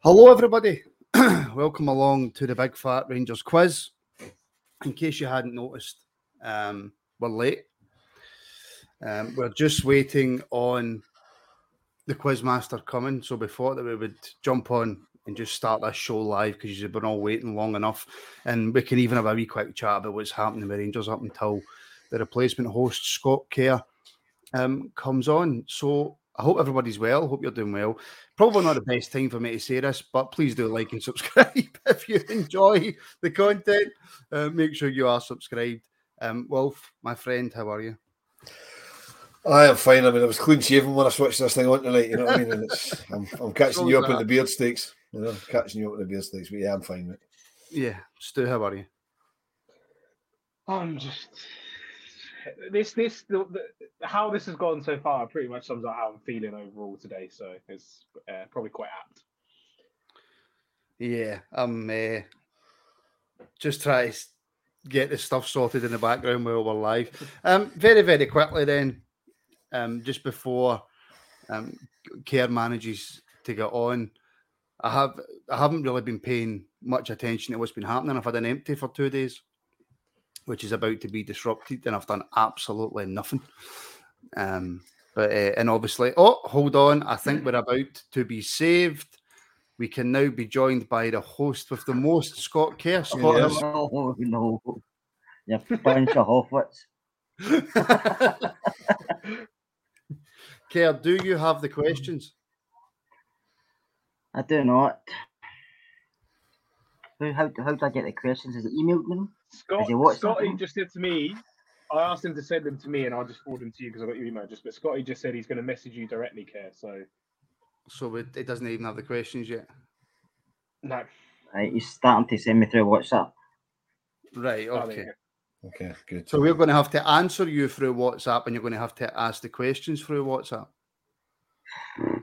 Hello, everybody. Welcome along to the Big Fat Rangers quiz. In case you hadn't noticed, um, we're late. Um, we're just waiting on the quizmaster coming, so we thought that we would jump on and just start this show live because you've been all waiting long enough, and we can even have a wee quick chat about what's happening with Rangers up until the replacement host Scott Kerr um, comes on. So I hope everybody's well. Hope you're doing well. Probably not the best time for me to say this, but please do like and subscribe if you enjoy the content. Uh, make sure you are subscribed. Um, Wolf, my friend, how are you? I am fine. I mean, I was clean shaven when I switched this thing on tonight. You know what I mean? And it's, I'm, I'm catching you up Shows in the beard stakes. You know, catching you up in the beard stakes. But yeah, I'm fine. Mate. Yeah, Stu, how are you? I'm just this this the, the, how this has gone so far pretty much sums up how I'm feeling overall today. So it's uh, probably quite apt. Yeah, I'm uh, just trying to s- get the stuff sorted in the background while we're live. Um, very, very quickly then, um, just before um, Care manages to get on, I have I haven't really been paying much attention to what's been happening. I've had an empty for two days, which is about to be disrupted, and I've done absolutely nothing. Um, but uh, and obviously, oh, hold on, I think we're about to be saved. We can now be joined by the host with the most, Scott Kerr. Scott, how Yes. Oh no, you bunch of hoffits. Kerr, do you have the questions? I do not. Who, how, how do I get the questions? Is it emailed me? them? Scott you watched that Scotty one? just said to me, I asked him to send them to me, and I'll just forward them to you because I got your email just. But Scotty just said he's going to message you directly, care. So So it, it doesn't even have the questions yet. no, Right, he's starting to send me through WhatsApp. Right, Oh, there you okay. go. Okay, good. So we're going to have to answer you through WhatsApp and you're going to have to ask the questions through WhatsApp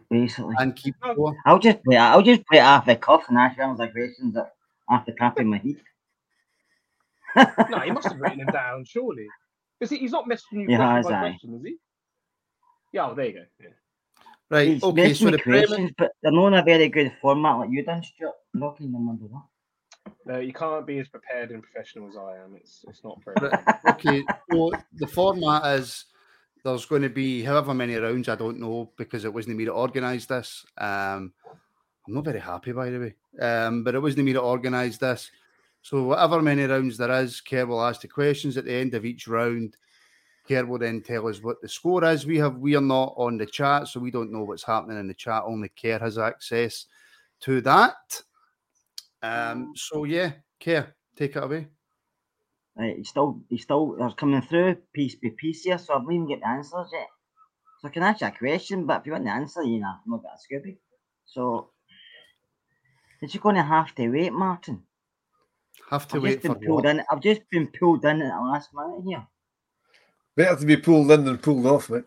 Basically, and keep Oh. going. I'll just play. I'll just play it off the cuff and ask rounds of questions that off the cap in my heat. no, he must have written them down surely. Is he? He's not messaging you He question has, by aye. question, is he? Yeah, oh, there you go. Yeah. Right, He's okay, asking so me the premise, questions, but they're not in a very good format like you done, Stuart. Knocking them under that. No, Uh, you can't be as prepared and professional as I am. It's it's not very. okay, so the format is there's going to be however many rounds, I don't know, because it wasn't me that organised this. Um, I'm not very happy, by the way, um, but it wasn't me that organised this. So whatever many rounds there is, Kerr will ask the questions at the end of each round. Kerr will then tell us what the score is. We have we are not on the chat, so we don't know what's happening in the chat. Only Kerr has access to that. Um, so yeah, Kerr, take it away. Right, he's still, he's still, that's coming through piece by piece here, so I haven't even get the answers yet. So I can ask you a question, but if you want the answer, you know, I'm not going to Scooby. So, is you going to have to wait, Martin? Have to I've wait just for been pulled what? in. I've just been pulled in at the last minute here. Better to be pulled in than pulled off, mate.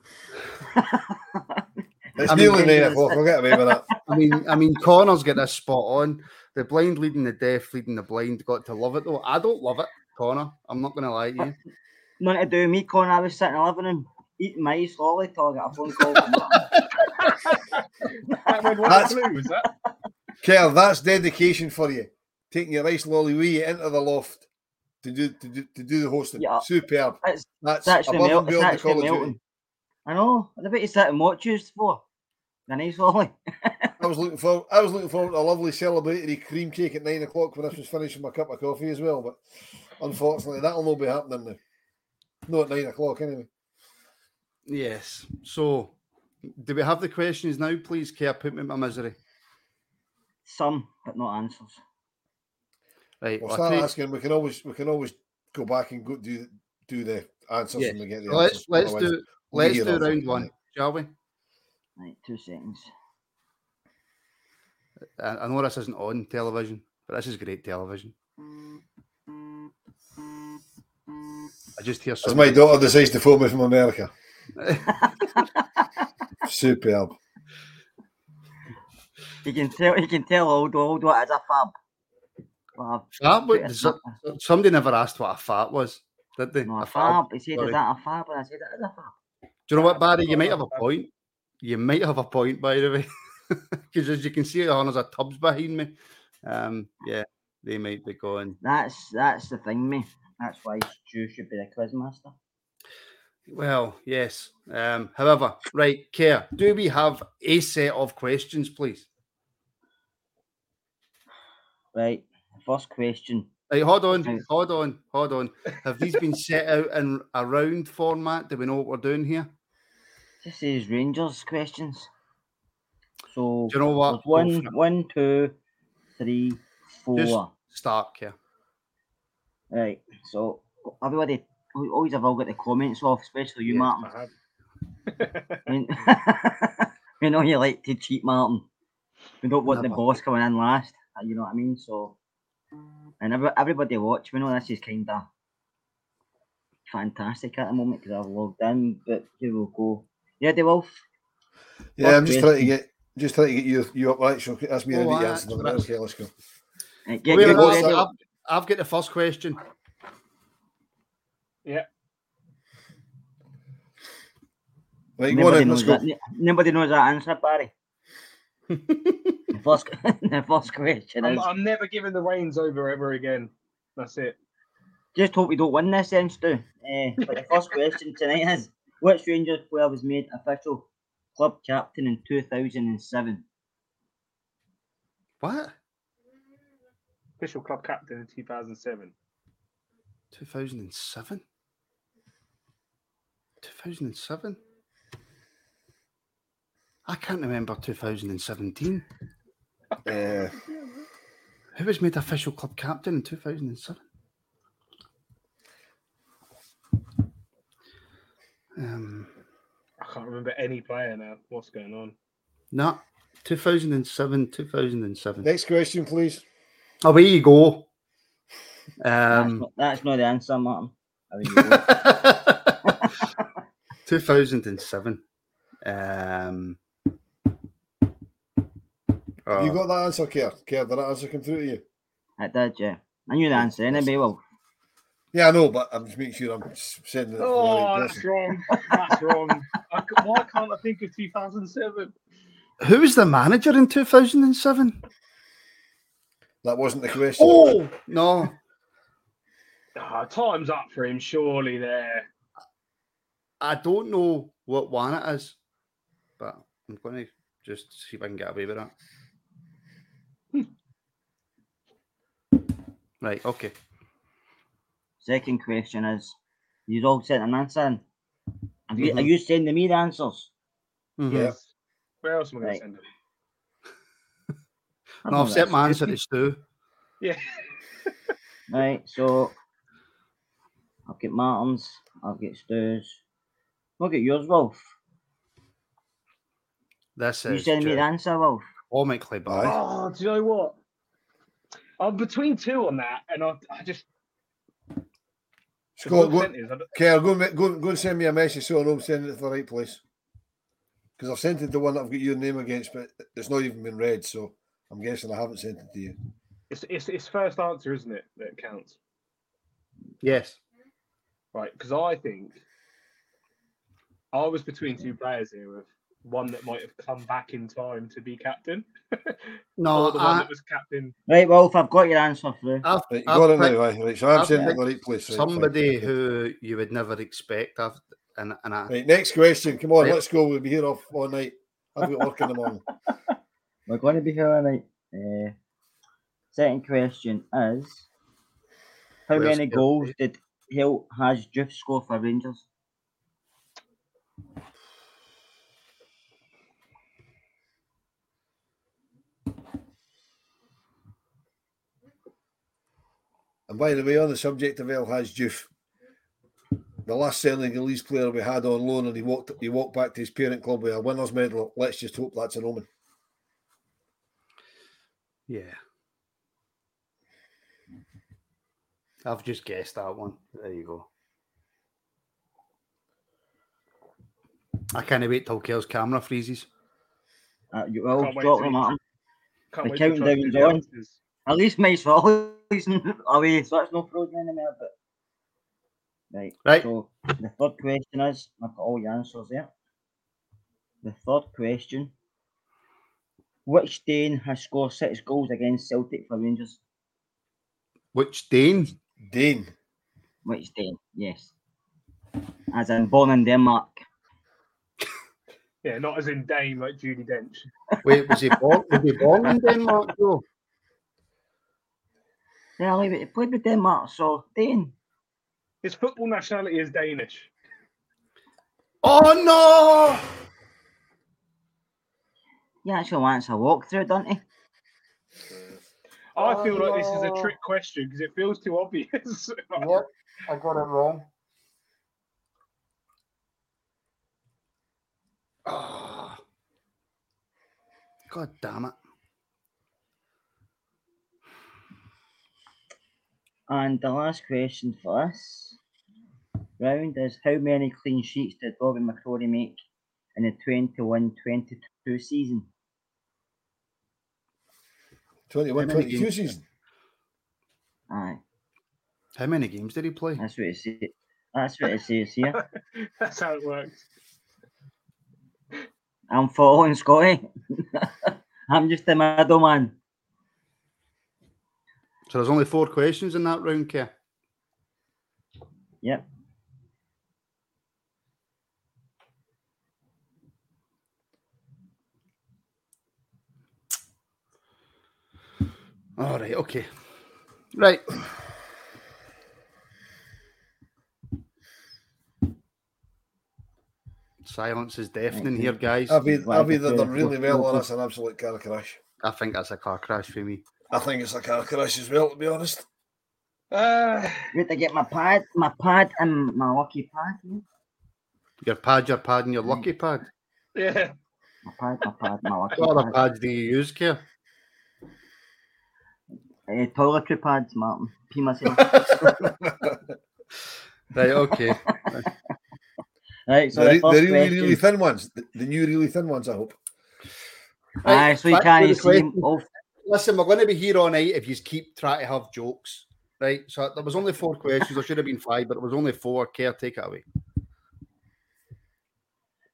It's I mean, nearly nine it's- o'clock. I'll get away with that. I mean, I mean, Connor's got this spot on. The blind leading the deaf, leading the blind. Got to love it though. I don't love it, Connor. I'm not gonna lie to you. Nothing to do with me, Con. I was sitting in the living room eating my ice lolly till I got a phone call. From Martin. That went one That's- clue, was that? Kel, that's dedication for you. Taking your ice lolly with you into the loft to do to do, to do the hosting. Yeah. Superb. It's, That's it's actually, above mel- and it's beyond the actually Call of melting. Duty. I know. I bet you sat and watched you for an ice lolly. I was looking forward. I was looking forward to a lovely celebratory cream cake at nine o'clock when this was finished with my cup of coffee as well. But unfortunately, that'll not be happening now. Not at nine o'clock anyway. Yes. So, do we have the questions now, please? Care, put me in my misery. Some, but not answers. Right. We'll well, I start tell you- asking. We can always we can always go back and go do do the answers Yeah. when we get the let's answers. let's otherwise do we'll let's be here do all round fucking one, night. shall we? Right, two seconds. I I know this isn't on television, but this is great television. I just hear As some. my daughter decides to phone me from America. Superb. You can tell. You can tell old old what is a fab. Fab. Fab, Put what- a does fab- Somebody never asked what a fart was, did they? no, A a fart. fab. He said, sorry. "Is that a fab?" And I said, "It is a fab." Do you know what, Barry? You might have a point. You might have a point, by the way, because as you can see, oh, there's a tubs behind me. Um, yeah, they might be going. That's that's the thing, me. That's why Stu should be the quiz master. Well, yes. Um, however, right, care. Do we have a set of questions, please? Right. First question. Right, hold on, Okay. hold on, hold on. Have these been set out in a round format? Do we know what we're doing here? This is Rangers questions. So Do you know what? there's Go one, for it. one, two, three, four. Just start here. Right. So everybody, we always have all got the comments off, especially you, Yes, Martin. I have. mean, we know you like to cheat, Martin. We don't want the Never. boss coming in last. uh, You know what I mean? So, and every, everybody watch. We know this is kind of fantastic at the moment because I've logged in. But here we'll go. Yeah, they will. Yeah, I'm just Fuck trying to get just trying to get you you up right. So that's me Oh, ready to that's answer them. right. Okay, let's go. Get, Wait, you your I've, go, ready. sir. I've, I've got the first question. Yeah. Right, go on Nobody in, knows let's go. that. n- Nobody knows that answer, Barry. the first, the first question I'm, is: I'm never giving the reins over ever again. That's it. Just hope we don't win this, then, Stu. Eh, but the first question tonight is Which Rangers player was made official club captain in 2007? What? Official club captain in 2007. 2007? 2007? I can't remember 2017. Uh, Who was made official club captain in 2007? Um, I can't remember any player now. What's going on? no, 2007, 2007. next question, please. Away you go. That's, Um, not, that's not the answer, Martin. I mean, you know, 2007. Um, oh, You got that answer, Kerr? Kerr, did that answer come through to you? it did, yeah. I knew the answer anyway. Well, Yeah, I know, but I'm just making sure I'm s- sending it. to the Oh, right that's person. wrong. That's wrong. I c why can't I think of 2007? who was the manager in 2007? That wasn't the question. Oh, no. Ah, time's up for him, surely. There. I don't know what one it is, but I'm going to just see if I can get away with that. Hmm. right, okay. second question is You all sent an answer in. Have you, Are Mm-hmm. you sending me the answers? Mm-hmm. Mhm. Yes. Where else am I going Right. to send him? No, I know I've set that's my good. answer to Stu. Yeah. Right, so I've got Martin's. I've got Stu's. Look at yours, Wolf. This You is send me the just answer, Wolf. comically bad. Oh, do you know what? I'm between two on that, and I, I just the Scott, book go, sent is- I don't- Kerr, go, and ma- go, and- go and send me a message so I know I'm sending it to the right place. Because I've sent it the one that I've got your name against, but it's not even been read, so I'm guessing I haven't sent it to you. it's, it's it's first answer, isn't it? That counts, Yes. right? Because I think I was between two players here with one that might have come back in time to be captain, No, or the one I, that was captain. Right, Wolf, I've got your answer through. I've, Right, you I've got it picked now, aye, right? So I'm I've sending it to picked the right place. Right, fine. somebody who you would never expect. I've, and, and I, Right, next question. Come on, Right. let's go. We'll be here off all night. I've got work in the morning. We're going to be here all night. Uh, second question is How Where's many Hill? goals did Hill has Juve score for Rangers? And by the way, on the subject of El Haj Juf, the last Senegalese player we had on loan, and he walked he walked back to his parent club with a winners medal. Let's just hope that's an omen. yeah. I've just guessed that one. There you go. I can't wait till Kel's camera freezes. Uh, you will Can't wait drop to them be- Martin. Can't The wait to try and countdown's do the on. answers. At least Mace Wally's away, so that's no problem anymore. But right, Right. So the third question is I've got all your answers there. The third question: Which Dane has scored six goals against Celtic for Rangers? Which Dane? Dane. Which Dane? Yes, as in born in Denmark. Yeah, not as in Dame like Judy Dench. Wait, was he born? was he born in Denmark? Though? Yeah, I'll leave it. He played with Denmark, so Dane. His football nationality is Danish. Oh no! He actually wants a walkthrough, doesn't he? I feel like this is a trick question because it feels too obvious. Yep, I got it wrong. Ah. God damn it. And the last question for us round is how many clean sheets did Bobby McCrory make in the 21 22 season? 21 How many 22 games? season. Aye, How many games did he play? that's what it says. That's what it says here. That's how it works. I'm following Scotty. I'm just the middleman. So there's only four questions in that round, Kev. Yep. All right, okay. Right. Silence is deafening here, guys. I've, either, Right, I've either okay, done really we'll- well or we'll- that's an absolute car crash. I think that's a car crash for me. I think it's a car crash as well, to be honest. Uh, Wait to get my pad, my pad, and my lucky pad. Here. Your pad, your pad, and your lucky pad. yeah. My pad, my pad, my lucky What other pad. pads do you use, Kev? Eh, toiletry pads, Martin. Pee myself. Right, okay. right, so the, re- the, first the really, question. really thin ones. The, the new really thin ones, I hope. Aye, so you Back to the can't see question. him. Oh, Listen, we're going to be here all night if you keep trying to have jokes, right? So there was only four questions. There should have been five, but it was only four. Care, take it away.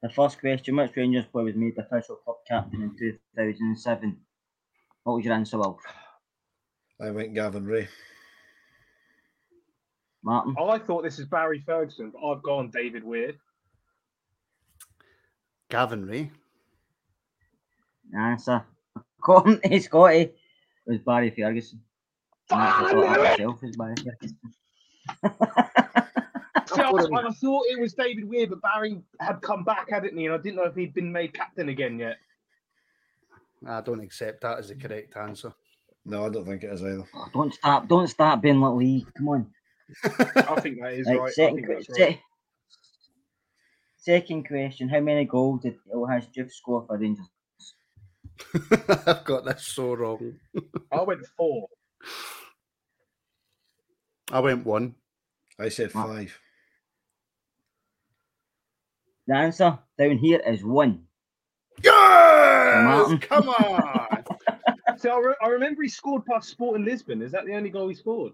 The first question Which Rangers player was made the official club captain in 2007? What was your answer, Wolf? I went Gavin Ray. Martin? I thought this is Barry Ferguson, but I've gone David Weir. Gavin Ray. The answer, according to Scotty, was Barry Ferguson. And that's a thought of itself, was Barry Ferguson. See, I, I thought it was David Weir, but Barry had come back, hadn't he? And I didn't know if he'd been made captain again yet. I don't accept that as the correct answer. No, I don't think it is either. Ah, Oh, don't start, don't start being like Lee. Come on. I think that is Right, right. I second, think que- that's right. se- second question: How many goals did or has Juve score for Rangers? I've got this so wrong. I went four. I went one. I said Wow. five. The answer down here is one. Yes! Martin. Come on! So I, re- I remember he scored past Sport in Lisbon. Is that the only goal he scored?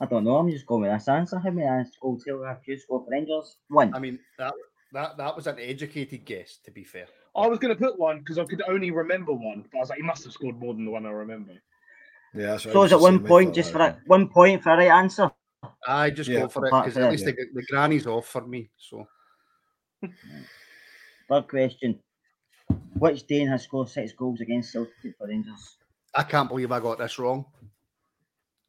I don't know. I'm just going with this answer. How many ans- goals Taylor have Juve scored for Rangers? One. I mean, that, that that was an educated guess, to be fair. I was going to put one because I could only remember one. But I was like, he must have scored more than the one I remember. Yeah, that's what I so was is it just saying, one I point thought just that for was a, one point for a right answer? I just Yeah, go for it apart because from at that, least yeah. the, the granny's off for me. So Third question: Which Dane has scored six goals against Celtic for Rangers? I can't believe I got this wrong.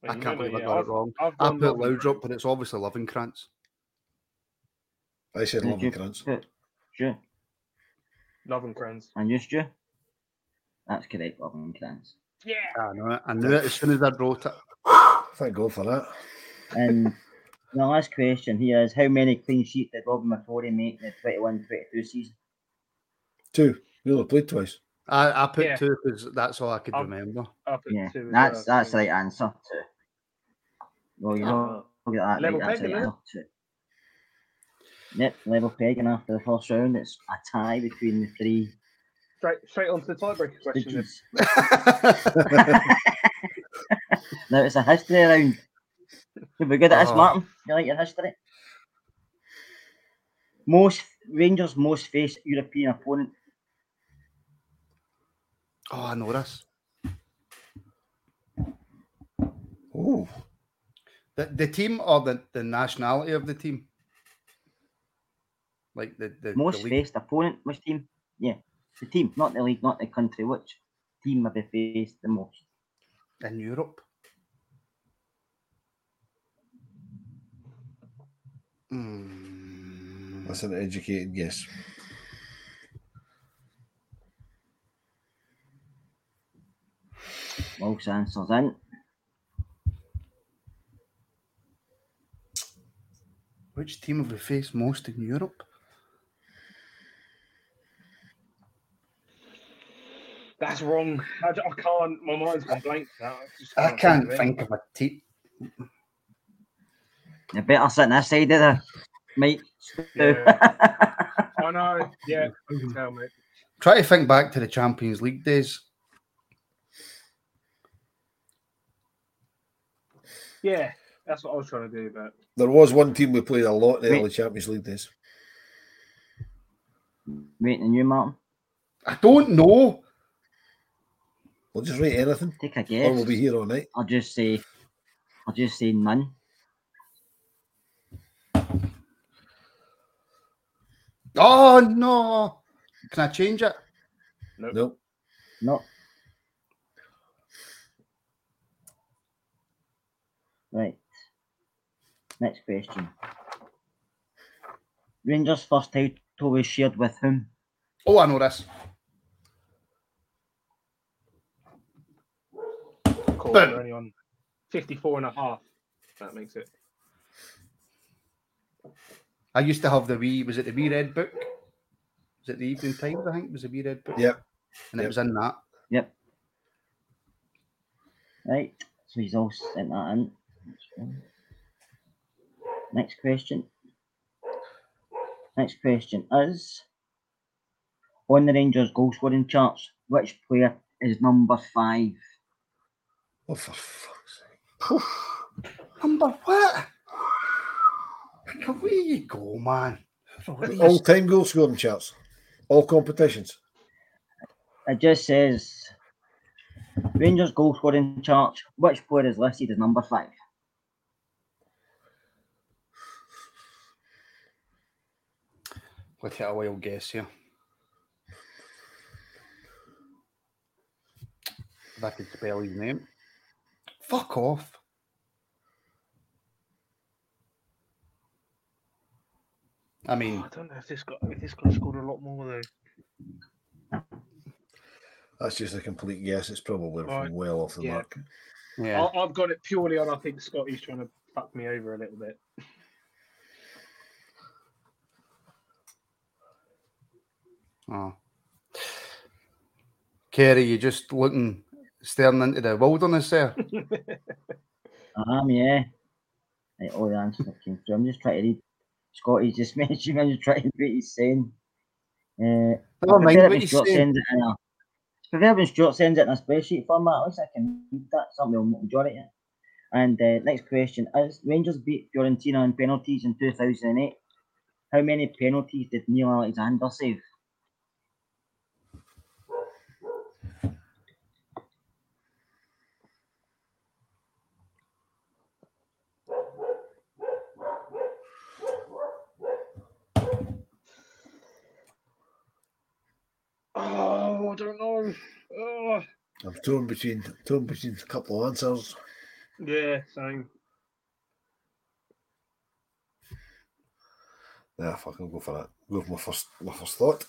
I can't believe I got it wrong. I've I gone put Lovren. Loudrup, but it's obviously Lovenkrantz. I said Did Loving you Crunch. put Stu Love and Crans. and you, Stu? That's correct, Robin Krantz. Yeah. I know it. I knew it as soon as I wrote it. Thank God for that. And the last question here is how many clean sheets did Robin McCrory make in the 21 22 season? Two. We only played twice. I, I put Yeah. two because that's all I could I've- remember. I put Yeah, two as that's well, that's so- the right answer. Too. Well, you Ah. know, look at that. Level Right, that's the pegging, eh? right answer. Too. Yep, level pegging after the first round. It's a tie between the three Straight, straight on to the tiebreaker question. then. digits. now it's a history round. You'll be good at this, Oh. Martin. You like your history? Most Rangers most faced European opponent Oh, I know this. Oh, The, the team or the, the nationality of the team? Like the, the, Most the league? faced opponent, which team? Yeah, the team, not the league, not the country. Which team have they faced the most? in Europe. Hmm. that's an educated guess. Walsh answers in. Which team have we faced most in Europe? That's wrong. I, d- I can't. My mind's gone blank now. I, just I can't of it. think of a team. You better sit on this side of the mic. Stu. Yeah. I know. Yeah, I can tell, mate. Try to think back to the Champions League days. Yeah, that's what I was trying to do. But There was one team we played a lot in the Wait. early Champions League days. Waiting on you, Martin. I don't know. We'll just rate anything, Take a or we'll guess. be here all night. I'll just say, I'll just say none. Oh no! Can I change it? No, No. Right. Next question. Rangers' first title was shared with whom? Oh, I know this. of course, Boom. we're only on 54 and a half. That makes it. I used to have the wee. Was it the wee red book? Was it the Evening Times? I think it was the wee red book. Yep. And it yep. was in that. Yep. Right. So he's all sent that in. That's fine. Next question. Next question is on the Rangers goal scoring charts, which player is number five? Oh, for fuck's sake. Number what? Where you go, man? Oh, Oh, What are you All time goal scoring charts, all competitions. It just says Rangers goal scoring charts, which player is listed as number five? Let's hit a wild guess here. If I could spell his name. Fuck off. I mean, I don't know if this got if this got scored a lot more though. That's just a complete guess. It's probably Right. well off the Yeah. mark. Yeah. I, I've got it purely on. I think Scotty's trying to fuck me over a little bit. Oh. Kerry, you just looking staring into the wilderness there. I am, yeah. Right, all the answers that came through. I'm just trying to read. Scotty's just mentioned. I'm just trying to read what he's saying. Uh, Never I mind prefer it what when he's Stuart saying. sends it in a. It's preferred when Stuart sends it in a spreadsheet format. At least I can read that. Something will majority. of it. And uh, next question: As Rangers beat Fiorentina on penalties in 2008, how many penalties did Neil Alexander save? Oh, I don't know. Oh, I'm torn between torn between a couple of answers. yeah, same. Nah, fuck, I'll go for that. Go for my first my first thought.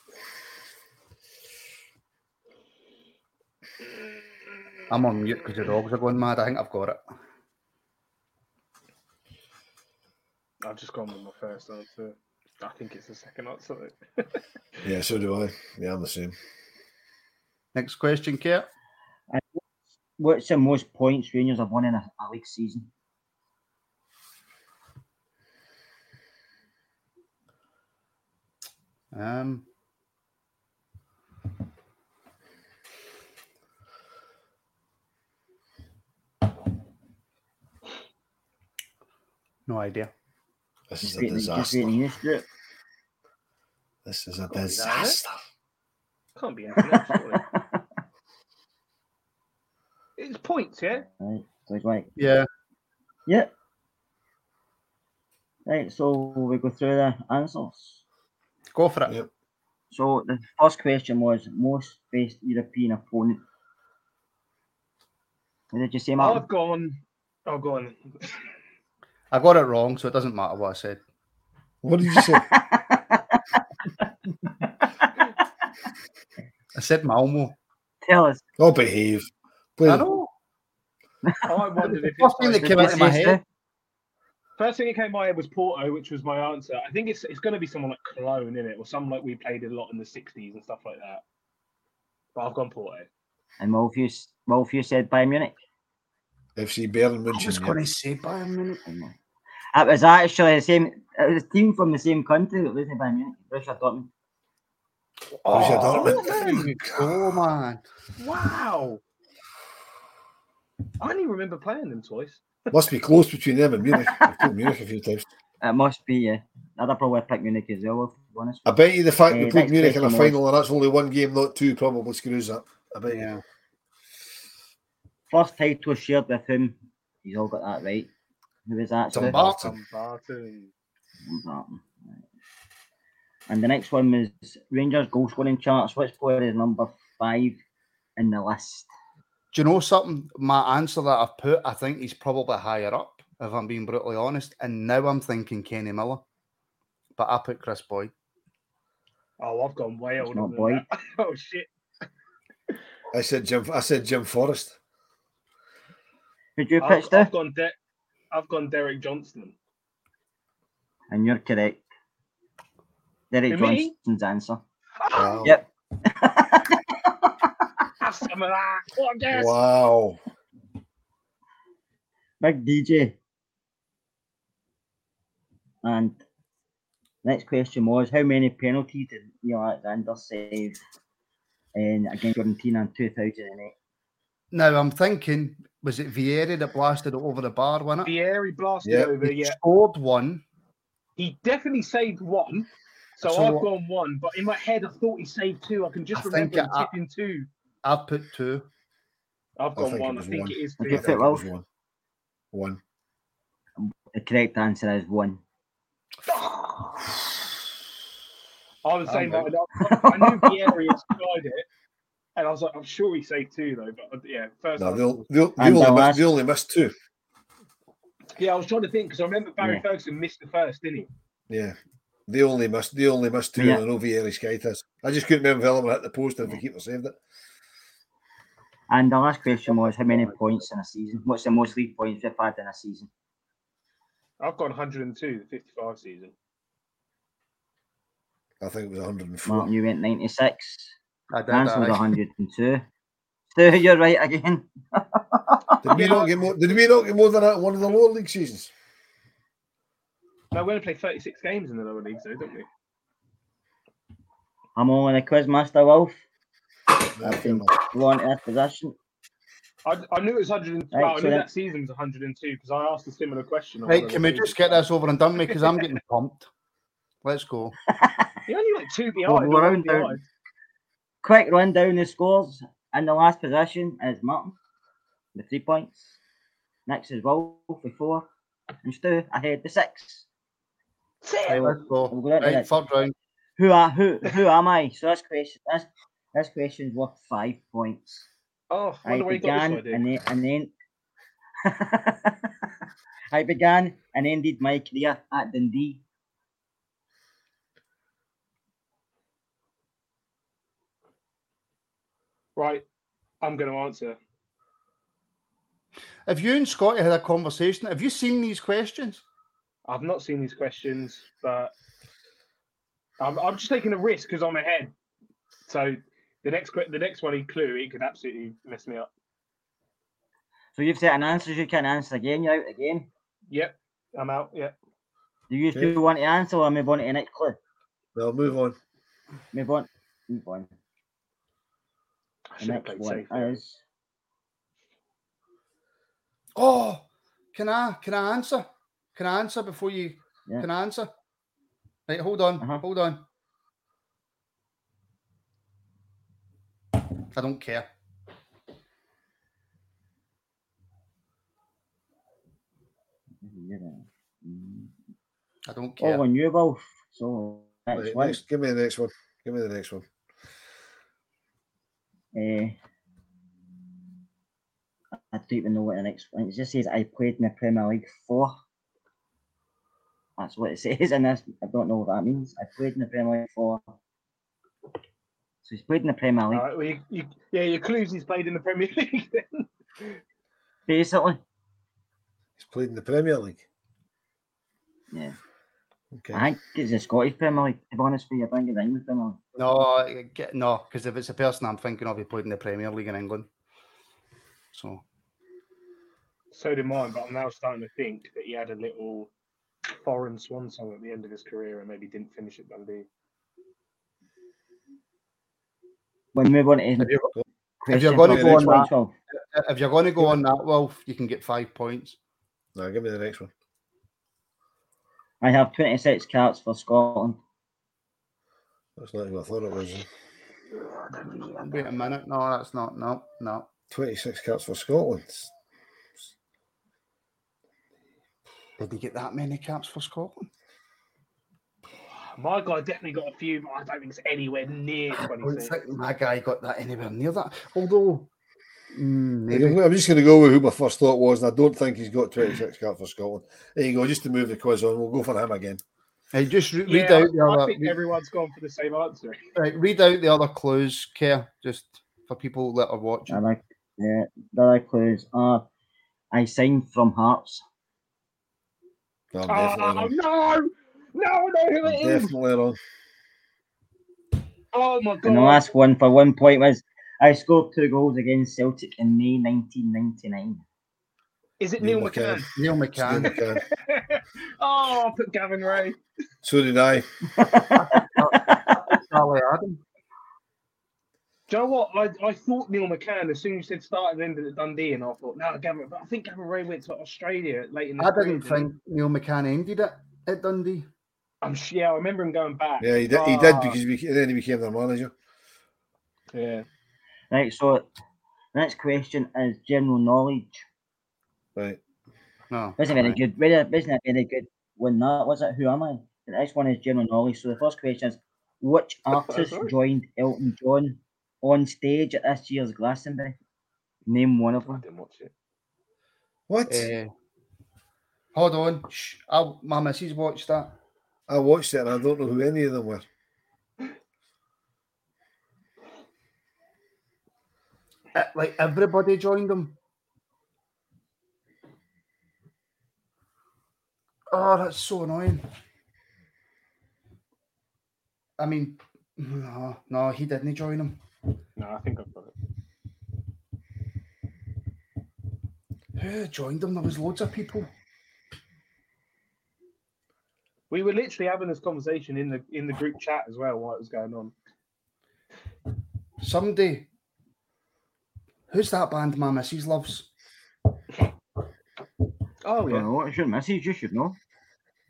I'm on mute because the dogs are going mad. I think I've got it. I've just gone with my first answer. I think it's the second answer. Yeah, so do I. Yeah, I'm the same. Next question, Kurt. What's the most points Rangers have won in a, a league season? Um, no idea. This Just is a waiting- just disaster. waiting you Stuart. This is a that, is it? disaster. Can't be anything else, surely. It's points, yeah? Right, so it's like Yeah, Yeah. Right, so we go through the answers. go for it. Yep. So the first question was most faced European opponent. What did you say, Martin? I've gone. I've gone. I got it wrong, so it doesn't matter what I said. What did you say? I said Malmo. Tell us. oh, behave. Play I the- know. I wondered if First thing it's. that like- came out of my Yes, head. First thing that came to my head was Porto, which was my answer. I think it's it's going to be someone like Cologne, in it, or someone like we played a lot in the '60s and stuff like that. But I've gone Porto. And Wolfew, Wolfew said Bayern Munich. FC Bayern I was Munich. going to say Bayern Munich. It was actually the same. It was a team from the same country that was in Bayern Munich. Borussia Dortmund. Borussia Oh, Dortmund. there you go, man. Wow. I only remember playing them twice. Must be close between them and Munich. I've told Munich a few times. It must be. Yeah, I'd have probably picked Munich as well. To be honest. I bet you the fact Eh, we played next Munich in a question final and that's only one game, not two, probably screws up. I bet you. Yeah. First title shared with whom? He's all got that right. Who was that? Tom with? Bar- Tom Barton. Thumbs up. Right. And the next one was Rangers goal scoring charts. Which player is number five in the list? Do you know something? My answer that I've put, I think he's probably higher up, if I'm being brutally honest. And now I'm thinking Kenny Miller. But I put Chris Boyd. Oh, I've gone way It's older not than Boyd. that. Oh shit. I said Jim. I said Jim Forrest. Who'd you I've, pitch I've there? gone De- I've gone Derek Johnston. And you're correct. Derek Who, me? Johnson's answer. Wow. Yep. Have some of that. What a guess. Wow. Big DJ. And next question was how many penalties did Neil Alexander save in against Fiorentina in 2008? Now I'm thinking, was it Vieri that blasted it over the bar, wasn't it? Vieri blasted Yeah. over. He Yeah, scored one. he definitely saved one. So, So I've what- gone one, but in my head I thought he saved two. I can just I remember think him I- tipping two. I've put two. I've I gone think it one. I was think one. it is Okay, I two. think fair it well. was one. One. The correct answer is one. I was saying, I'm like, I, I knew Vieri had tried it, and I was like, I'm sure he saved two though. But uh, yeah, first. No, one. they'll, they'll, they And the only last- missed, they only missed two. Yeah, I was trying to think because I remember Barry Yeah. Ferguson missed the first, didn't he? Yeah. They only missed. They only missed two. Yeah. And I know Vieri skied this. I just couldn't remember if Elmer hit the post and if the keeper saved it. And the last question was how many points in a season? What's the most league points we've had in a season? I've got 102 the 55 season. I think it was 104. Martin, you went 96. I did Ansel was aye. 102. Stu, you're right again. Did we not get more? Did we not get more than that in one of the lower league seasons? No, we only played 36 games in the lower leagues, though, didn't we? I'm only a quizmaster, Wolf. No, I've fair been enough. on earth possession. I, I knew it was 100. Right, well, I so knew then- that season's 102 because I asked a similar question. on Right, the can we season. just get this over and done with? Because I'm getting pumped. Let's go. You're only like two Well, behind. we're one round down. behind. Quick run down the scores in the last possession is Martin with three points. Next is Wolf with four. And Stu ahead with six. Right, let's go. We'll go down to Right, next. third round. Who are who who am I? So that's question that's this question's worth five points. Oh, I I wonder where you got began this idea. and then, and then I began and ended my career at Dundee. Right, I'm going to answer. Have you and Scotty had a conversation? Have you seen these questions? I've not seen these questions, but I'm, I'm just taking a risk because I'm ahead. So the next que- the next one, he clue, he could absolutely mess me up. So you've set an answer you can't answer again, you're out again. Yep, I'm out. Yep. Do you Okay. still want to answer or move on to the next clue? Well, move on. Move on. Move on. I The should have next played one safe. there. is Oh, can I can I answer? Can I answer before you Yeah. can I answer? Right, hold on, Uh-huh. hold on. I don't care. I don't care. all on you, Wolf. So next Right, one. next, give me the next one. Give me the next one. Uh, I don't even know what the next one. It just says I played in the Premier League for. That's what it says, and that's, I don't know what that means. I played in the Premier League for. So he's played in the Premier All League, right. Well, you, you, yeah, your clues. He's played in the Premier League. Then. basically. He's played in the Premier League. Yeah, Okay. I think it's the Scottish Premier League. To be honest with you, I think it's the English Premier League. No, I get- no, because if it's a person I'm thinking of, he played in the Premier League in England. So So did mine, but I'm now starting to think that he had a little foreign swan song at the end of his career and maybe didn't finish at Dundee. We'll move on to if his you're, if question. you're going for to go on next one, that, Phil. if you're going to go on that, Wolf, you can get five points. No, give me the next one. I have 26 caps for Scotland. That's not who I thought it was. Wait a minute, no, that's not. No, no. 26 caps for Scotland. Did he get that many caps for Scotland? My guy definitely got a few, but I don't think it's anywhere near I don't 26. think my guy got that anywhere near that. Although, mm, maybe. I'm just going to go with who my first thought was, and I don't think he's got 26 caps for Scotland. There you go, just to move the quiz on. We'll go for him again. Hey, just re- read Yeah, out the I other. think read- everyone's gone for the same answer. right, read out the other clues, care just for people that are I watching. like yeah, the other clues are I signed from Hearts. No, I'm definitely Oh no! wrong. No, I know who I'm it is. definitely wrong. Oh my god! And the last one for one point was I scored two goals against Celtic in May 1999. is it Neil Neil McCann? Neil Still McCann. McCann. oh, I put Gavin Ray. So did I. Charlie Adam. Do you know what? I, I thought Neil McCann as soon as you said start and end at Dundee, and I thought no, Gavin. But I think Gavin Ray went to Australia late in the. I didn't think Neil McCann ended it at Dundee. I'm sh- yeah, I remember him going back. Yeah, he did, he did Ah, because he became, then he became their manager. yeah. Right, so the next question is general knowledge. Right. No. Wasn't very right. good. really- Wasn't a very good one that was it? Who am I? The next one is general knowledge. So the first question is which artist Sorry. joined Elton John on stage at this year's Glastonbury? Name one of I them. didn't watch it. What? Eh, hold on. Shh. I'll, my missus watched that. I watched it and I don't know who any of them were. eh, like everybody joined them. Oh, that's so annoying. I mean, no, no, he didn't join them. No, I think I've got it. Who joined them? There was loads of people. We were literally having this conversation in the in the group chat as well while it was going on. Somebody. Who's that band my missus loves? Oh yeah. Oh, it's your message. You should know.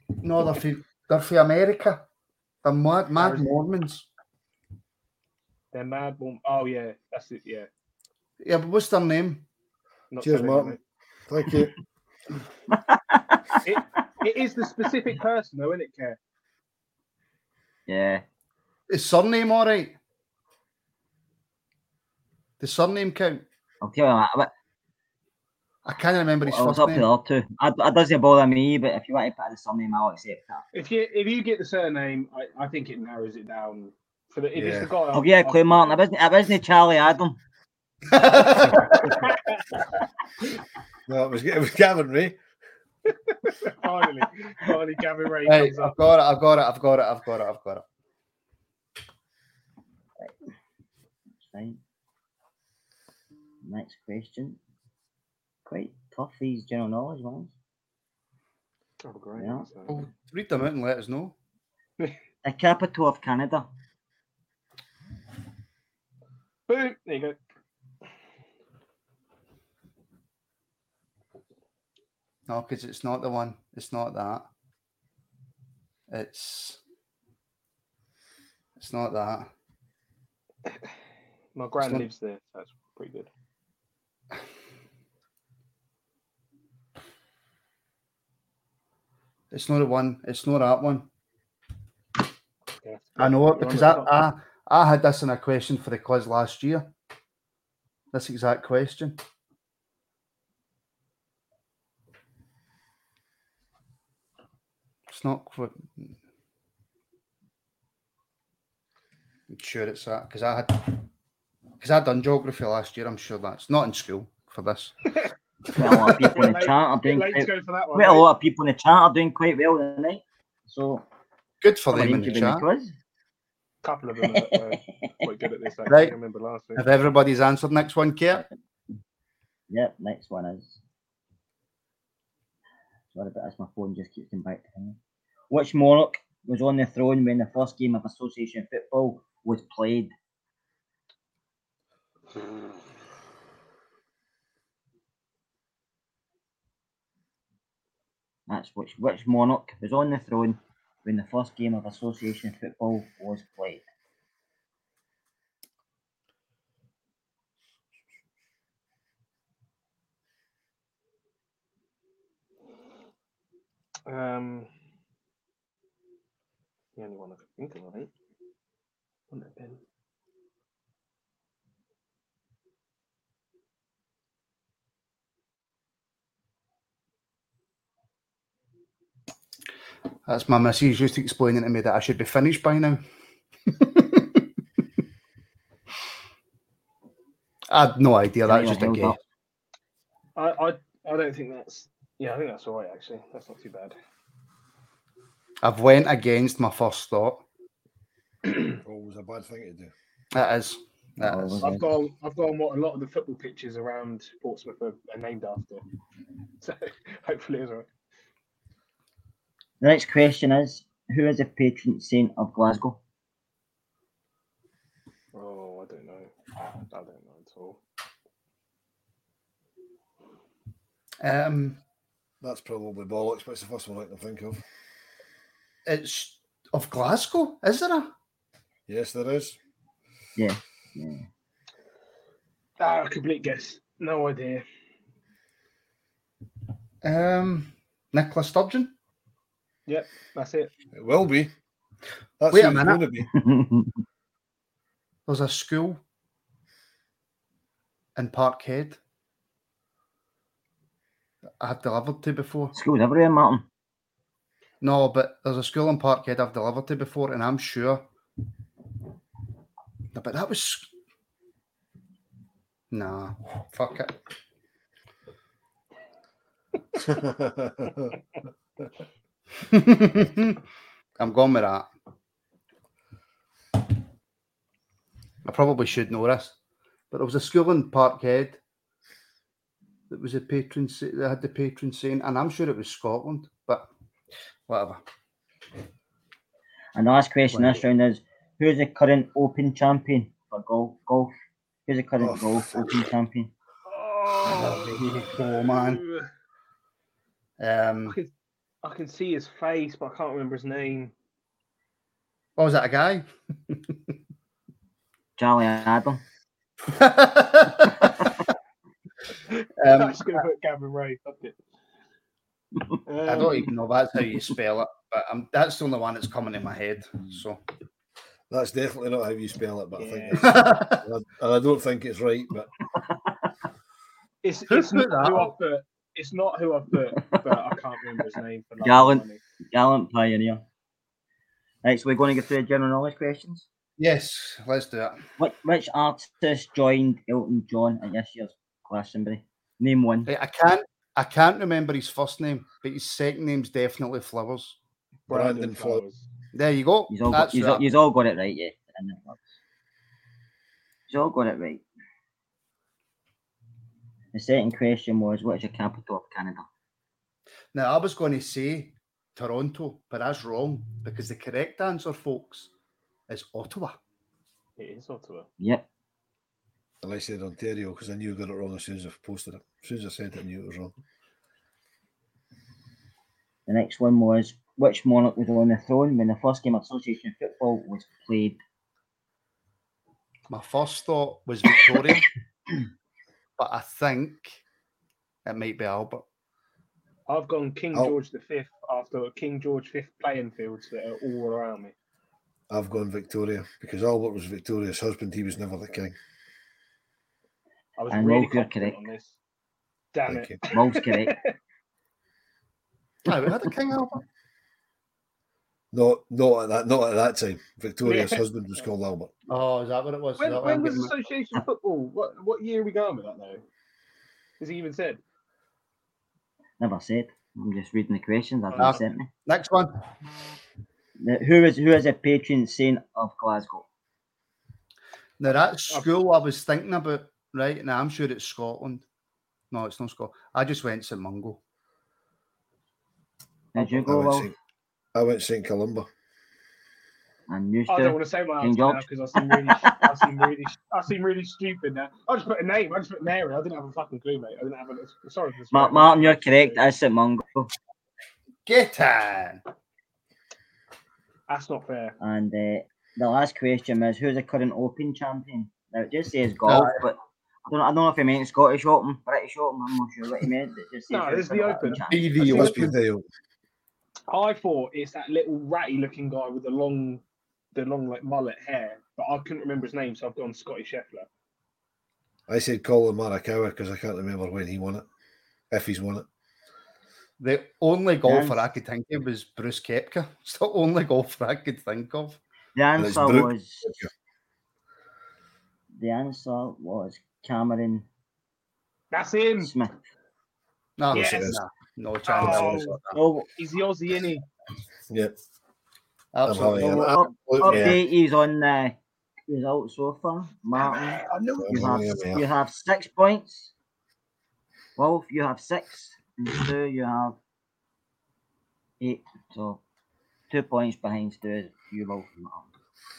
No, they're from, they're from America. They're mad, mad Arizona. Mormons. They're mad bomb. Oh yeah, that's it. Yeah. Yeah, but what's their name? Not Cheers, telling Martin. Thank you. anyone. It, it is the specific person though, isn't it, Care? Yeah. Is surname all right? The surname count? I'll tell you that. But I can't remember his I was first up name. to the other two. I, that doesn't bother me, but if you want to put in the name, I'll accept that. If you if you get the surname, I, I think it narrows it down. For the if Yeah. it's the guy, I'll get a clue, Oh, Martin. It wasn't, it wasn't Charlie Adam. No, it was, it was Gavin Ray. finally, finally, Gavin Ray Right, comes I've up. got it, I've got it, I've got it, I've got it, I've got it. Fine. Next question. Quite tough, these general knowledge ones. Oh, great. Yeah. Well, read them out and let us know. The capital of Canada. Boom! There you go. No, because it's not the one. It's not that. It's it's not that. My gran Excellent. lives there. So that's pretty good. It's not the one. It's not that one. Yeah. I know You're it on because uh, the I, top. I I had this in a question for the quiz last year. This exact question. It's not quite. I'm sure it's that because I had because I done geography last year. I'm sure that's not in school for this. Quite a lot of people in the Late- chat are bit doing late to quite, go for that one. quite a mate. lot of people in the chat are doing quite well tonight. So Good for someone them in the needs to be in the chat. quiz. couple of them are, uh, quite good at this. Actually. Right. I remember last week. If everybody's answered next one, Kurt. Yep, next one is. Sorry about this, my phone just keeps coming back to me. Which monarch was on the throne when the first game of association football was played? That's which which monarch was on the throne when the first game of association football was played. Um, the only one I can think of, I think. Wouldn't it have been? That's my missus used to explaining to me that I should be finished by now. I had no idea. That was just a Held guess. up. I, I, I don't think that's. Yeah, I think that's all right. Actually, that's not too bad. I've went against my first thought. Always a bad thing to do. That is. That Oh, is. was I've got, on- I've got on what a lot of the football pitches around Portsmouth are, are named after. So hopefully it's all right. The next question is Who is the patron saint of Glasgow? Oh, I don't know. I don't know at all. Um, That's probably bollocks, but it's the first one I can think of. it's of Glasgow, is there a? Yes, there is. Yeah. yeah. Ah, complete guess. No idea. Um, Nicola Sturgeon. Yep, that's it. It will be. That's Wait a who it's minute. going to be. There's a school in Parkhead. that I've delivered to before. Schools everywhere, Martin. No, but there's a school in Parkhead I've delivered to before, and I'm sure. No, But that was Nah, fuck it. I'm gone with that. I probably should know this, but there was a school in Parkhead that was a patron sa- that had the patron saint, and I'm sure it was Scotland, but whatever. And the last question this round is who's the current open champion for golf? golf? Who's the current Oh, golf open champion? Oh, Oh man. Um, I can, I can see his face, but I can't remember his name. what was oh, that a guy? Charlie Adam. I'm um, just going to put Gavin Ray. Fuck it. I Um, don't even know if that's how you spell it, but um, that's the only one that's coming in my head. So That's definitely not how you spell it, but I Yeah. think it's, and I- and I don't think it's right. But It's, Who it's put not that who I up? put. It's not who I put, but I can't remember his name. For love of Gallant. money. Gallant pioneer. Right, so we're going to get through the general knowledge questions. yes, let's do it. Which, which artist joined Elton John at this year's Glastonbury? Name one. Right, I can't. I can't remember his first name, but his second name's definitely Flowers. Brandon Brandon Flowers. Flowers. There you go. He's all, got, That's he's, all, it. he's all got it right, yeah. And it works. He's all got it right. The second question was, what is the capital of Canada? Now I was going to say Toronto, but that's wrong because the correct answer, folks, is Ottawa. It is Ottawa. Yep. and I said Ontario because I knew I got it wrong as soon as I posted it. As soon as I said it, I knew it was wrong. The next one was, which monarch was on the throne when the first game of association football was played? My first thought was Victoria, but I think it might be Albert. I've gone King Oh. George V after King George V playing fields that are all around me. I've gone Victoria because Albert was Victoria's husband. He was never the king. I was And really Rolf, you're confident correct. on this. Damn Thank it. you. Will's correct. Aye, we had a King Albert. Not not at that not at that time. Victoria's Yeah. husband was called Albert. Oh, is that what it was? Is When, that what when I'm was getting at? association football? What what year are we going with that now? Has he even said? Never said. I'm just reading the questions. I've Ah. not sent me. Next one. The- Who is who is a patron saint of Glasgow? Now Uh, that school I was thinking about, right? Now I'm sure it's Scotland. No, it's not Scotland. I just went to Mungo. Did you I go, went Will? Saint, I went Saint Columba. And you I don't still. want to say my King answer now George. because I seem really, I seem really, I seem really stupid now. I just put a name. I just put Mary. I didn't have a fucking clue, mate. I didn't have a. Sorry. For the Ma- swearing. Martin, you're correct. That's St Mungo. Get on. That's not fair. And uh, the last question is who's the current Open champion? Now it just says golf, but I don't, I don't know if he meant Scottish Open, British Open. I'm not sure what he meant. It just says No, who's it's the current Open. champion. It BV must be Open. the Open. I thought it's that little ratty looking guy with the long, the long like mullet hair, but I couldn't remember his name, so I've gone Scotty Scheffler. I said Colin Marakawa because I can't remember when he won it. If he's won it. The only golfer Yes. I could think of was Bruce Kepka. It's the only golfer I could think of. The And it's answer Brooke. was the answer was Cameron That's him. Smith. No, Yes. nah, no chance. Oh. Oh, He's the Aussie, isn't he? Yeah. Absolutely. I'm not. having up, Absolutely. update is on the results so far. Martin, I know. it. you I'm have having a you laugh. have six points. Wolf, you have six, and Stu, you have eight. So two points behind Stu is you, Wolf, and Martin.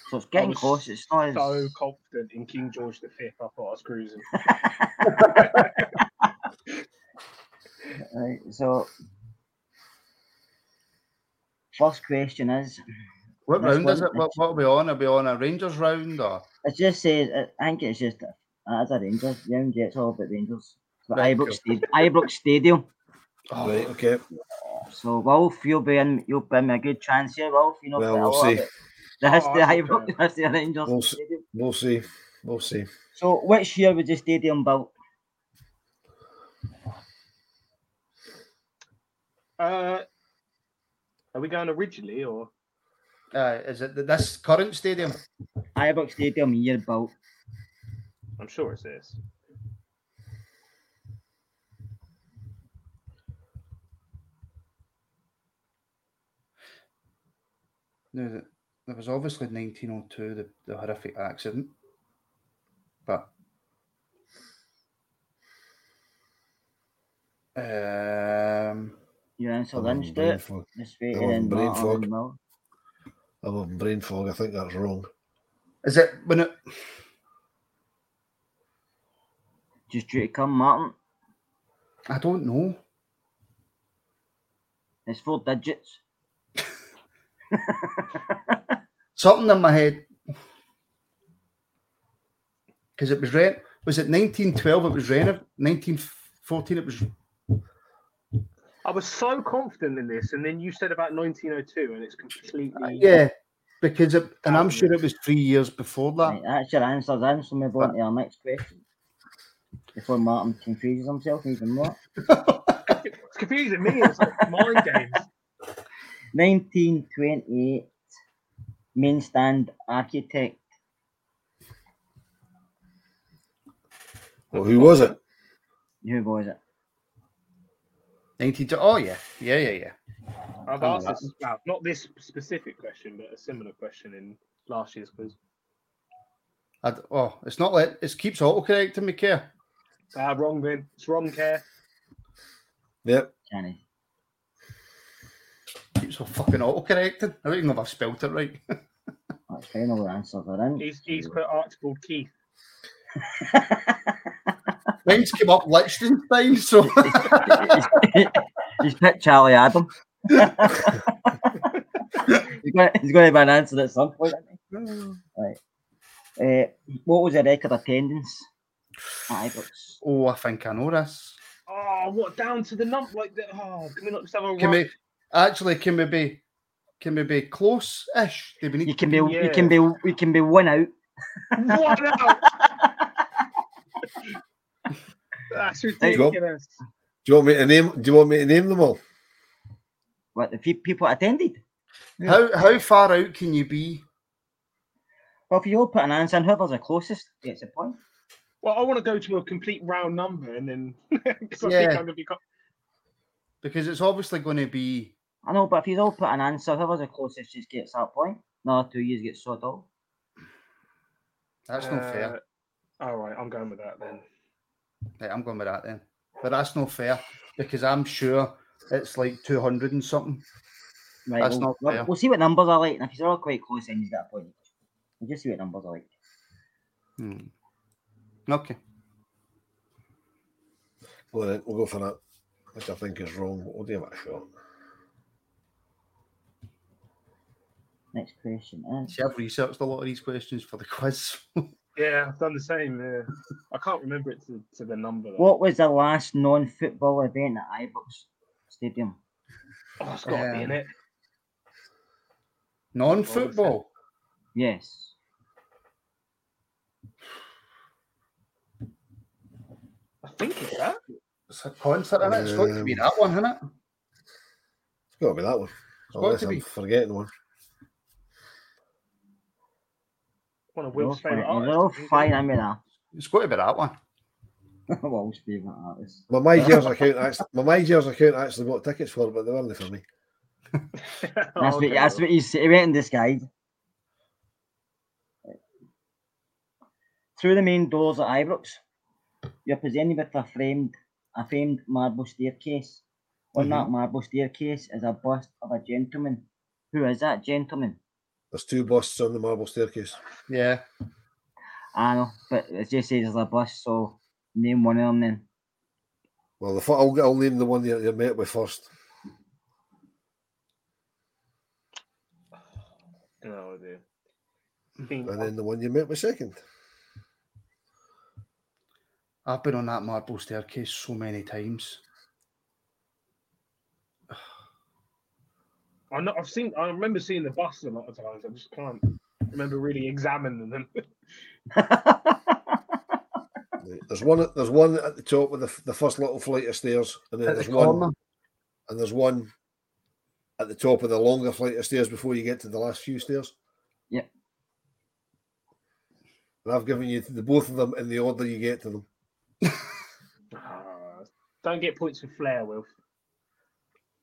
So it's getting was close. It's not as So confident in King George V. I thought I was cruising. right. So first question is What Next round is one. it? What, what are we on? Are we on a Rangers round or it just says it- I think it's just as a Rangers round. Yeah, it's all about Rangers. But Right, Ibrox, cool. Stad- Ibrox Stadium. Right, okay. So Wolf, you'll be in. You'll be in a good chance here, Wolf. You know, Well, but a we'll lot of see. it- The history that's of not Ibrox, fair. the history of Rangers. We'll see. Stadium. We'll see. We'll see. So, which year was the stadium built? Uh, are we going originally or? uh, is it th- this current stadium? Ibrox Stadium year built. I'm sure it's this. No, th- there was obviously 1902, the, the horrific accident. But. Um, Your answer I'm then, having brain Stuart. fog. This I'm week having and brain not fog. on Will. I'm having brain fog. I think that's wrong. is it when it. Just due to come, Martin. I don't know. It's four digits. Something in my head. Because it was rent. Was it 1912? It was Renov. 1914? It was. I was so confident in this, and then you said about 1902, and it's completely. Yeah. Because it. And I'm sure it was three years before Right, Ah. that. that's your answer then. So move on to our next question. Before Martin confuses himself even more. It's confusing me. It's like mind games. 1928 main stand architect. Well, who was it? Who was it? 19. Oh, yeah. Yeah, yeah, yeah. I've asked this, well, not this specific question, but a similar question in last year's quiz. I d oh, it's not like. It keeps autocorrecting me, care. Ah, wrong then. It's wrong, care. Yep. Johnny. Keeps all fucking autocorrecting. I don't even know if I've spelt it right. That's final answers are in. He's, he's put Archibald Keith. Mine's came up Liechtenstein, so. he's picked Charlie Adam. he's going he's to have an answer at some point. isn't he? Right. Uh, what was the record attendance? at Ibrox? oh, I think I know this. Oh, what? Down to the nump? Like, the, oh, can we not just have a Can rough- we. Actually, can we be. Can we be close ish? Do we need You can be, you can be, you can be one out. What now? That's ridiculous. Do you want me to name? Do you want me to name them all? What the pe- people attended? How how far out can you be? Well, if you all put an answer in, whoever's the closest gets a point. Well, I want to go to a complete round number and then. 'cause I Yeah. think I'm gonna be co- Because it's obviously going to be. I know, but if you all put an answer, whoever's the closest just gets that point. Another two years gets sod all. That's not fair. Uh, All right, I'm going with that then. Right, I'm going with that then. But that's not fair because I'm sure it's like two hundred and something. Right, That's we'll, not we'll- fair. We'll see what numbers are like, and if they're all quite close, then you get a point. We'll just see what numbers are like. Hmm. Okay. Well, then, we'll go for that, which I think is wrong. But we'll give it a shot. Next question is See, I've researched a lot of these questions for the quiz. Yeah, I've done the same. Yeah. I can't remember it to, to the number. Though. What was the last non football event at Ibrox Stadium? Oh, it's got to be in it. Non-football. Yes. I think it's that. It's a concert, is it? It's got to be that one, isn't it? It's got to be that one. got Unless to I'm be. forgetting one. One of They're all Will's favourite fine- artists. they're all isn't it? fine. I mean, uh, It's got to be that one. Will's favourite artist. My My Gears account actually, my My Gears account actually got tickets for it, but they weren't for me. Oh, That's, what, okay. that's what he's he went in disguise. Through the main doors at Ibrox, you're presented with a framed a famed marble staircase. Mm-hmm. On that marble staircase is a bust of a gentleman. Who is that gentleman? There's two busts on the marble staircase. Yeah. I know, but it just says there's a bust, so name one of them then. Well, the fir- I'll, I'll name the one that you're met with first. No idea. I think- and then the one you met with second. I've been on that marble staircase so many times. I know, I've seen. I remember seeing the bus a lot of times. I just can't remember really examining them. Right, There's one. at- There's one at the top with the, f- the first little flight of stairs, and then At the there's one, corner. and there's one at the top of the longer flight of stairs before you get to the last few stairs. Yeah. And I've given you the both of them in the order you get to them. Ah, don't get points for flair, Will.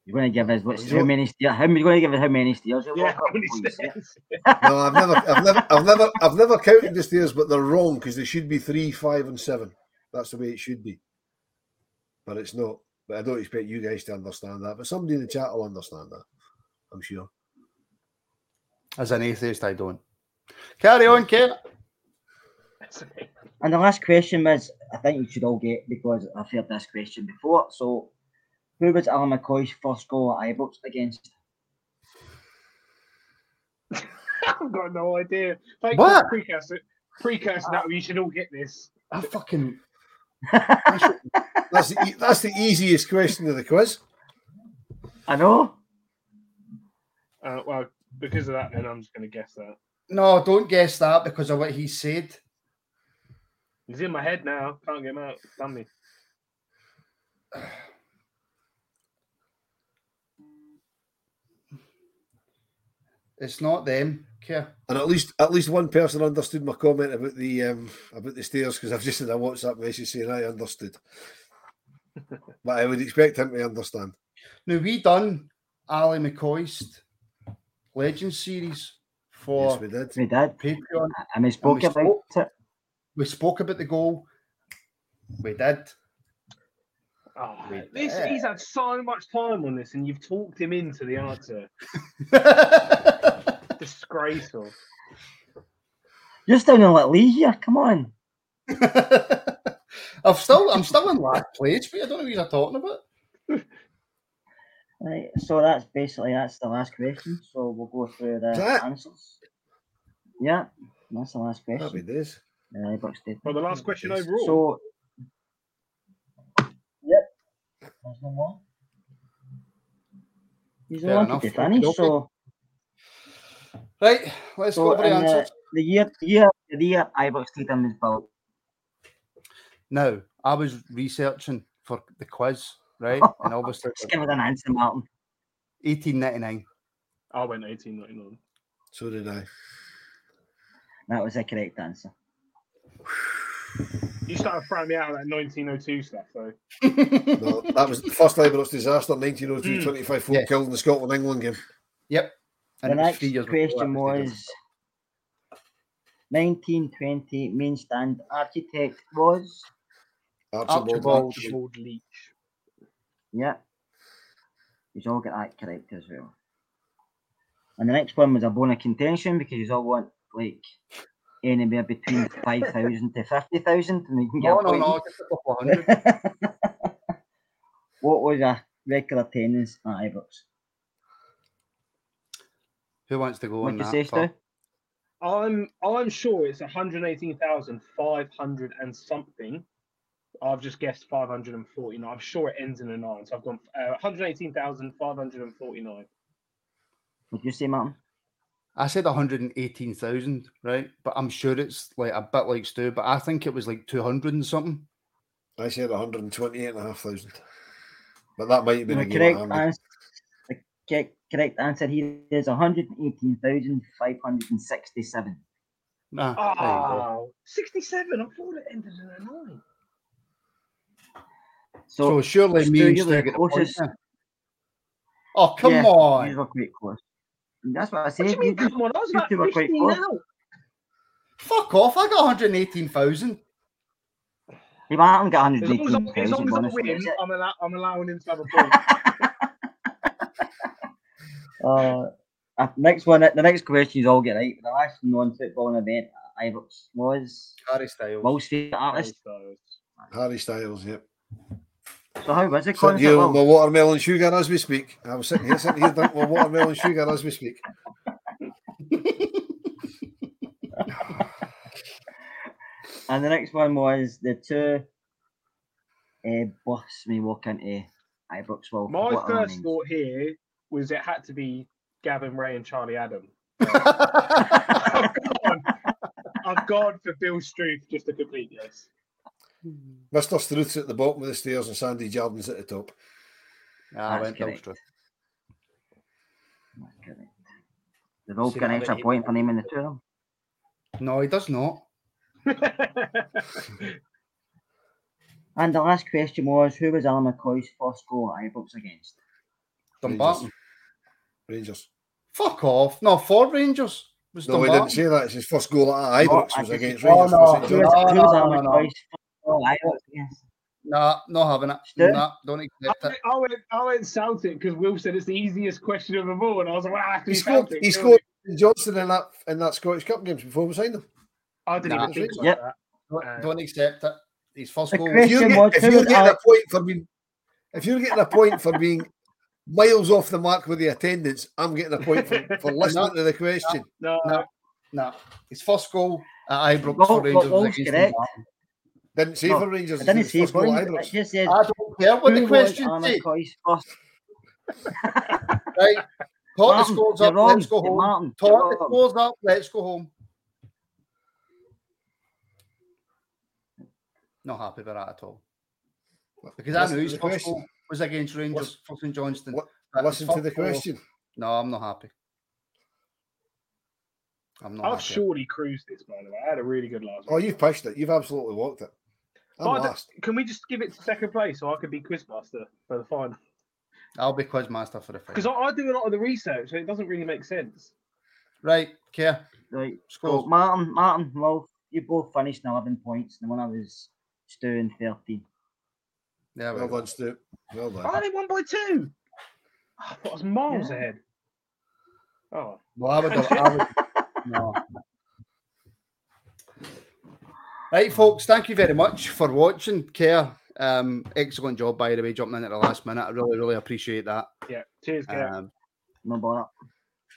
You're going to give us what's He's how not- many steers? How many? You're going to give us how many steers? you'll Yeah, walk how up many before you see it. steps? No, I've never, I've never, I've never, I've never counted the stairs, but they're wrong because they should be three, five, and seven. That's the way it should be, but it's not. But I don't expect you guys to understand that. But somebody in the chat will understand that, I'm sure. As an atheist, I don't. Carry on, Kate. And the last question was, I think you should all get because I've heard this question before. So, who was Alan McCoy's first goal at Ibrox against? I've got no idea. Thank What? you precursor. Precursor that you should all get this. I fucking That's the, e- that's the easiest question of the quiz. I know. Uh, well, because of that, then I'm just going to guess that. no. Don't guess that because of what he said. He's in my head now. Can't get him out. Damn me. It's not them. Kate. And at least, at least one person understood my comment about the um, about the stairs because I've just had a WhatsApp message saying I understood. but I would expect him to understand. Now we done Ali McCoy's Legend series for Yes, we did. We did. Patreon. And we spoke we about spoke. it. We spoke about the goal. We did. Oh, Wait, this, there. he's had so much time on this, and you've talked him into the answer. Disgraceful. You're still in the league here. Come on. I'm still I'm still in last place, but I don't know what you're talking about. Right. So that's basically that's the last question. So we'll go through the Is that it? answers. Yeah, that's the last Happy question. days. Uh, Ibrox did. Well, the last question Yes. overall. So. Yep. There's no more. He's Fair no one enough. to finish, Okey-dokey. so. Right, let's So, go over the and, uh, answers. the year, the year, the year Ibrox Stadium was built. Now, I was researching for the quiz, right? And obviously Just give us an answer, Martin. 1899. I went 1899. So did I. That was the correct answer. You started throwing me out of that 1902 stuff, though. No, that was the first Ibrox disaster, Mm. 1902, 25 folk Yes. killed in the Scotland England game. Yep. The it was next three years before question that was was 1920 main stand architect was. Archibald. Archibald. Archibald. Archibald Leach. Yeah. He's all got that correct as well. And the next one was a bone of contention because he's all want like anywhere between 5,000 to 50,000 and you can get No, a no, point no, just a couple of hundred. What was a regular attendance at Ibrox? Who wants to go What on you say, that? far? Stu? I'm I'm sure it's 118,500 and something. I've just guessed 549. I'm sure it ends in a nine, so I've gone uh, 118,549. Would you say, Martin? I said 118,000, right? But I'm sure it's like a bit like Stu, but I think it was like 200 and something. I said 128,500. But that might have been The a game. correct at Hamden. answer. The correct, correct answer here is one hundred eighteen thousand five hundred and sixty-seven. Nah, there you go. Oh, 67. I thought it ended in a nine. So surely Stu, me and you're Stu the get the point closest. now. Oh come Yeah, on! You were quite close. And that's what I said. What do you mean, you- come on? I was you about two were 50 quite close. now. Fuck off! I got one hundred eighteen thousand. Hey, Martin got As long as, 118,000. I- as, long as I bonus, win, is it? I'm, allow, I'm allowing him to have a point. Uh, uh, next one, the next question is all get right. The last non-footballing event at Ibrox was Harry Styles. Will's favourite artist. Harry Styles, yep. So how was the Sitting concert? here with my Will? watermelon sugar as we speak. I was sitting here, sitting here drinking my watermelon sugar as we speak. And the next one was the two uh, bus we walk into Ibrox. Well, My first thought here was it had to be Gavin Ray and Charlie Adam. I've gone, I've gone for Bill Struth just to complete this. Mr. Struth's at the bottom of the stairs and Sandy Jardin's at the top. Nah, I That's went correct. Ulster. Correct. They've all See, got I an extra bet he- point for naming the two of them. No, he does not. And the last question was who was Alan McCoy's first goal at Ibrox against? Dumbarton. Rangers. Fuck off. No, for Rangers. Was No, we Dumbarton. didn't say that. It's his first goal at No, Ibrox I was think- against oh, Rangers. no, for St. Who no, John's. was, who was no, our no. choice? Oh, I don't guess. Nah, not having it. Stu? Nah, don't accept I it. went, I went, I went Celtic because Will said it's the easiest question of them all, and I was like, well, I have to He be scored. Celtic. He surely. scored St. Johnson in that in that Scottish Cup games before we signed him. I didn't Nah. even think like Yep. that. Don't, don't accept it. His first The goal. Chris- If you're, Christian get- if Watson you're was getting a out. point for being, if you're getting a point for being miles off the mark with the attendance, I'm getting a point for, for listening to the question. No, No. Nah, his first goal at Ibrox Well, for well, Rangers was Wolves against correct. Dumbarton. Didn't say No, for Rangers. I didn't his see first goal at it. Ibrox. It just says, I don't care what who the was question our is. choice first? Right. Tot the Martin, scores you're up. wrong. Let's go home. Martin, you're Tot the wrong. scores up. Let's go home. Not happy with that at all. Because I Listen knew to his the first question. goal was against Rangers, for St Johnston. What- But his Listen to first the goal- question. No, I'm not happy. I'm not I've happy. surely cruised this, by the way. I had a really good last Oh, week. you've pushed it. You've absolutely walked it. I'm Oh, By the- last. Can we just give it to second place so I could be quizmaster for the final? I'll be quizmaster for the Because final. I, I do a lot of the research, and it doesn't really make sense. Right, care. Right. So Scores. Martin, Martin, well, you both finished in eleven points, and the one I was doing thirteen. There we Well go. done, Stu. Well done. I only won by two. I thought I was miles Yeah. ahead. Oh, Well, I would have. I would, no. Right, folks, thank you very much for watching. Care. Um, excellent job, by the way, jumping in at the last minute. I really, really appreciate that. yeah. Cheers, Kev. Um, No bother.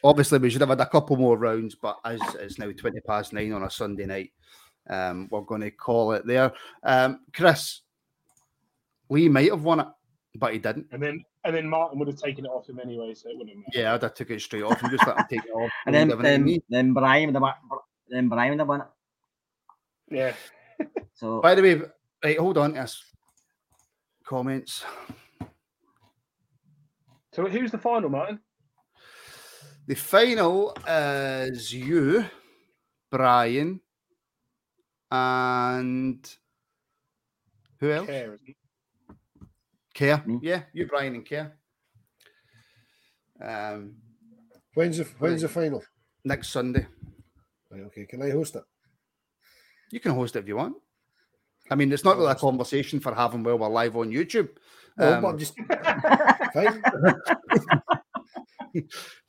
obviously, we should have had a couple more rounds, but as it's now 20 past nine on a Sunday night, um, we're going to call it there. Um, Chris, Lee might have won it, but he didn't. And then and then Martin would have taken it off him anyway, so it wouldn't matter. Yeah, I'd have took it straight off and um, just let him take it off. And then, Whatever it then, means. then Brian, the then Brian, the one. Yeah. So By the way, right, hold on to this. Comments. So who's the final, Martin? The final is you, Brian, and who else? Care. Care, isn't it? Me. Yeah, you, Brian, and Care. Um, When's the when's the final? next Sunday. Right, okay, can I host it? You can host it if you want. I mean, it's not really a conversation for having while we're live on YouTube. No, Um, but I'm just fine.